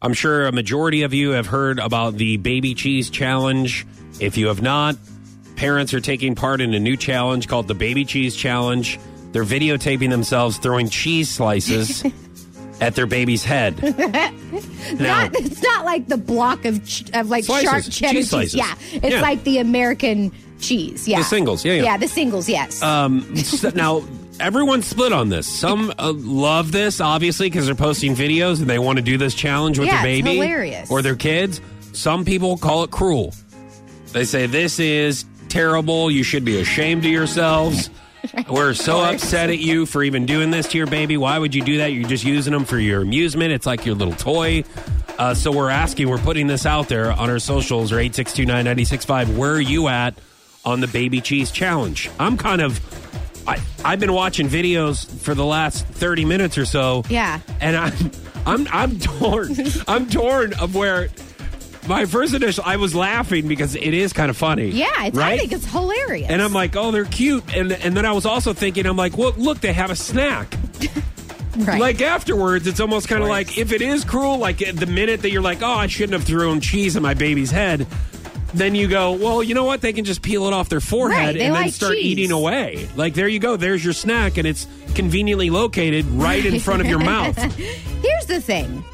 I'm sure a majority of you have heard about the Baby Cheese Challenge. If you have not, parents are taking part in a new challenge called the Baby Cheese Challenge. They're videotaping themselves throwing cheese slices at their baby's head. now, Not, it's not like the block of ch- of like Slices. sharp cheddar Cheese cheese. slices. Yeah, it's Yeah. like the American cheese. Yeah, The singles. Yeah, yeah. the singles. Yes. um, so- now everyone's split on this. Some uh, love this, obviously, because they're posting videos and they want to do this challenge with Yeah, their it's baby hilarious. or their kids. Some people call it cruel. They say this is terrible. You should be ashamed of yourselves. We're so upset at you for even doing this to your baby. Why would you do that? You're just using them for your amusement. It's like your little toy. Uh, so we're asking, we're putting this out there on our socials or 8629965. Where are you at on the baby cheese challenge? I'm kind of I, I've been watching videos for the last 30 minutes or so. Yeah. And I'm I'm I'm torn. I'm torn of where my first initial I was laughing because it is kind of funny. yeah, it's, right? I think it's hilarious. and I'm like, oh, they're cute, and and then I was also thinking, I'm like, well, look, they have a snack. right. Like afterwards, it's almost kind of like if it is cruel, like the minute that you're like, oh, I shouldn't have thrown cheese in my baby's head, then you go, well, you know what? They can just peel it off their Right, forehead they and then like start cheese. eating away. Like there you go, there's your snack, and it's conveniently located right in front of your mouth. Here's the thing.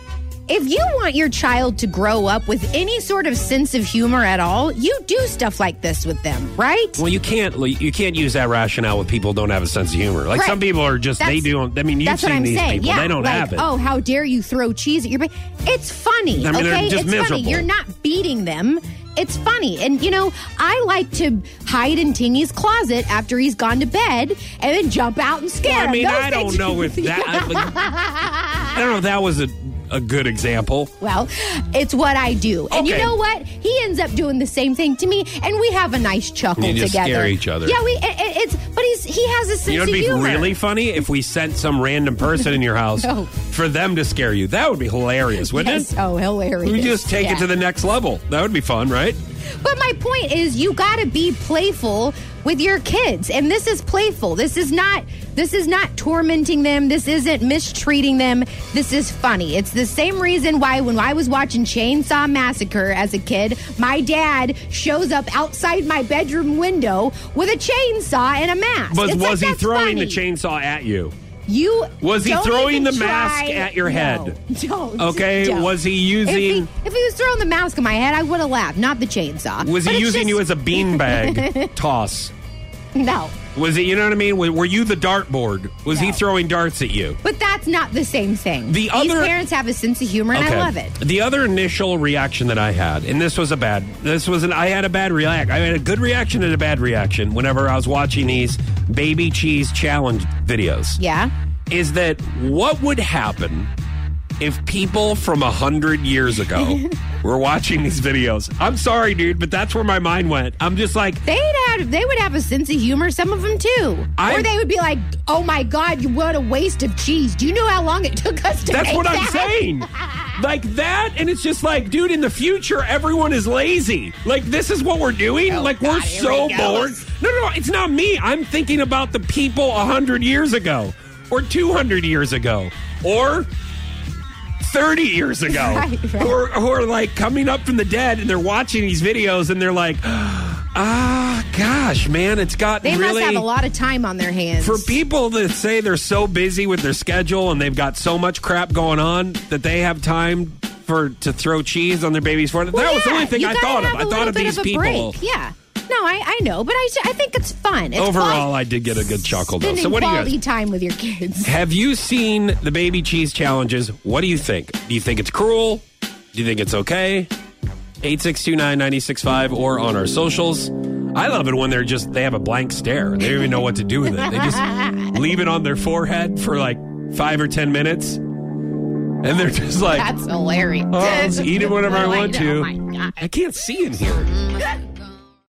If you want your child to grow up with any sort of sense of humor at all, you do stuff like this with them, right? Well, you can't you can't use that rationale with people who don't have a sense of humor. Like Right. some people are just they That's- don't. I mean, you've that's what seen I'm these saying. people; Yeah, they don't like, have it. Oh, how dare you throw cheese at your baby? It's funny. I mean, they're okay, just it's miserable. funny. You're not beating them. It's funny. And you know, I like to hide in Tingy's closet after he's gone to bed and then jump out and scare I him. mean, Those I don't things- know if that. I, like, I don't know if that was a a good example. Well, it's what I do. And you Okay. know what? He ends up doing the same thing to me, and we have a nice chuckle You just together. scare each other. Yeah, we. It, it- it's but he's he has a sense You know, of it'd be humor. really funny if we sent some random person in your house No. for them to scare you. That would be hilarious, wouldn't Yes. it? Oh, hilarious! We just take Yeah. it to the next level. That would be fun, right? But my point is, you got to be playful with your kids, and this is playful. This is not. This is not tormenting them. This isn't mistreating them. This is funny. It's the same reason why when I was watching Chainsaw Massacre as a kid, my dad shows up outside my bedroom window with a chainsaw and a mask. But It's like, was he that's throwing funny. the chainsaw at you? You Was he don't throwing even the mask try- at your No. head? Don't. Okay, Don't. was he If he- using- If he, was throwing the mask at my head, I would have laughed. Not the chainsaw. Was But he it's using just- you as a beanbag toss? No. Was it, you know what I mean? Were were you the dartboard? Was he No. throwing darts at you? But that's not the same thing. The These other- parents have a sense of humor, and I love it. The other initial reaction that I had, and this was a bad, this was an, I had a bad react. I had a good reaction and a bad reaction whenever I was watching these baby cheese challenge videos. Yeah. Is that what would happen if people from a hundred years ago were watching these videos? I'm sorry, dude, but that's where my mind went. I'm just like, They'd have, they would have a sense of humor, some of them too. I- or they would be like, oh my God, you what a waste of cheese. Do you know how long it took us to That's make what I'm that?" saying. Like that, and it's just like, dude, in the future, everyone is lazy. Like, this is what we're doing. like, we're Oh, God, here so we go. bored. No, no, no, it's not me. I'm thinking about the people 100 years ago, or 200 years ago, or 30 years ago, Right, right. Who, are, who are like coming up from the dead and they're watching these videos and they're like, ah, gosh, man, it's gotten They really. must have a lot of time on their hands. For people that say they're so busy with their schedule and they've got so much crap going on that they have time for to throw cheese on their baby's forehead, Well, that was the yeah, only thing you I gotta thought of. have a I thought little of bit these a people. break. Yeah. No, I, I know, but I, I think it's fun. It's Overall, fun I did get a good chuckle, though. Spending So what do you quality guys? time with your kids. Have you seen the baby cheese challenges? What do you think? Do you think it's cruel? Do you think it's okay? 8629965 or on our socials. I love it when they're just they have a blank stare. They don't even know what to do with it. They just leave it on their forehead for like 5 or 10 minutes. And they're just like, That's hilarious. "Oh, I'll just eat it whenever I want Oh to." my God. I can't see in here.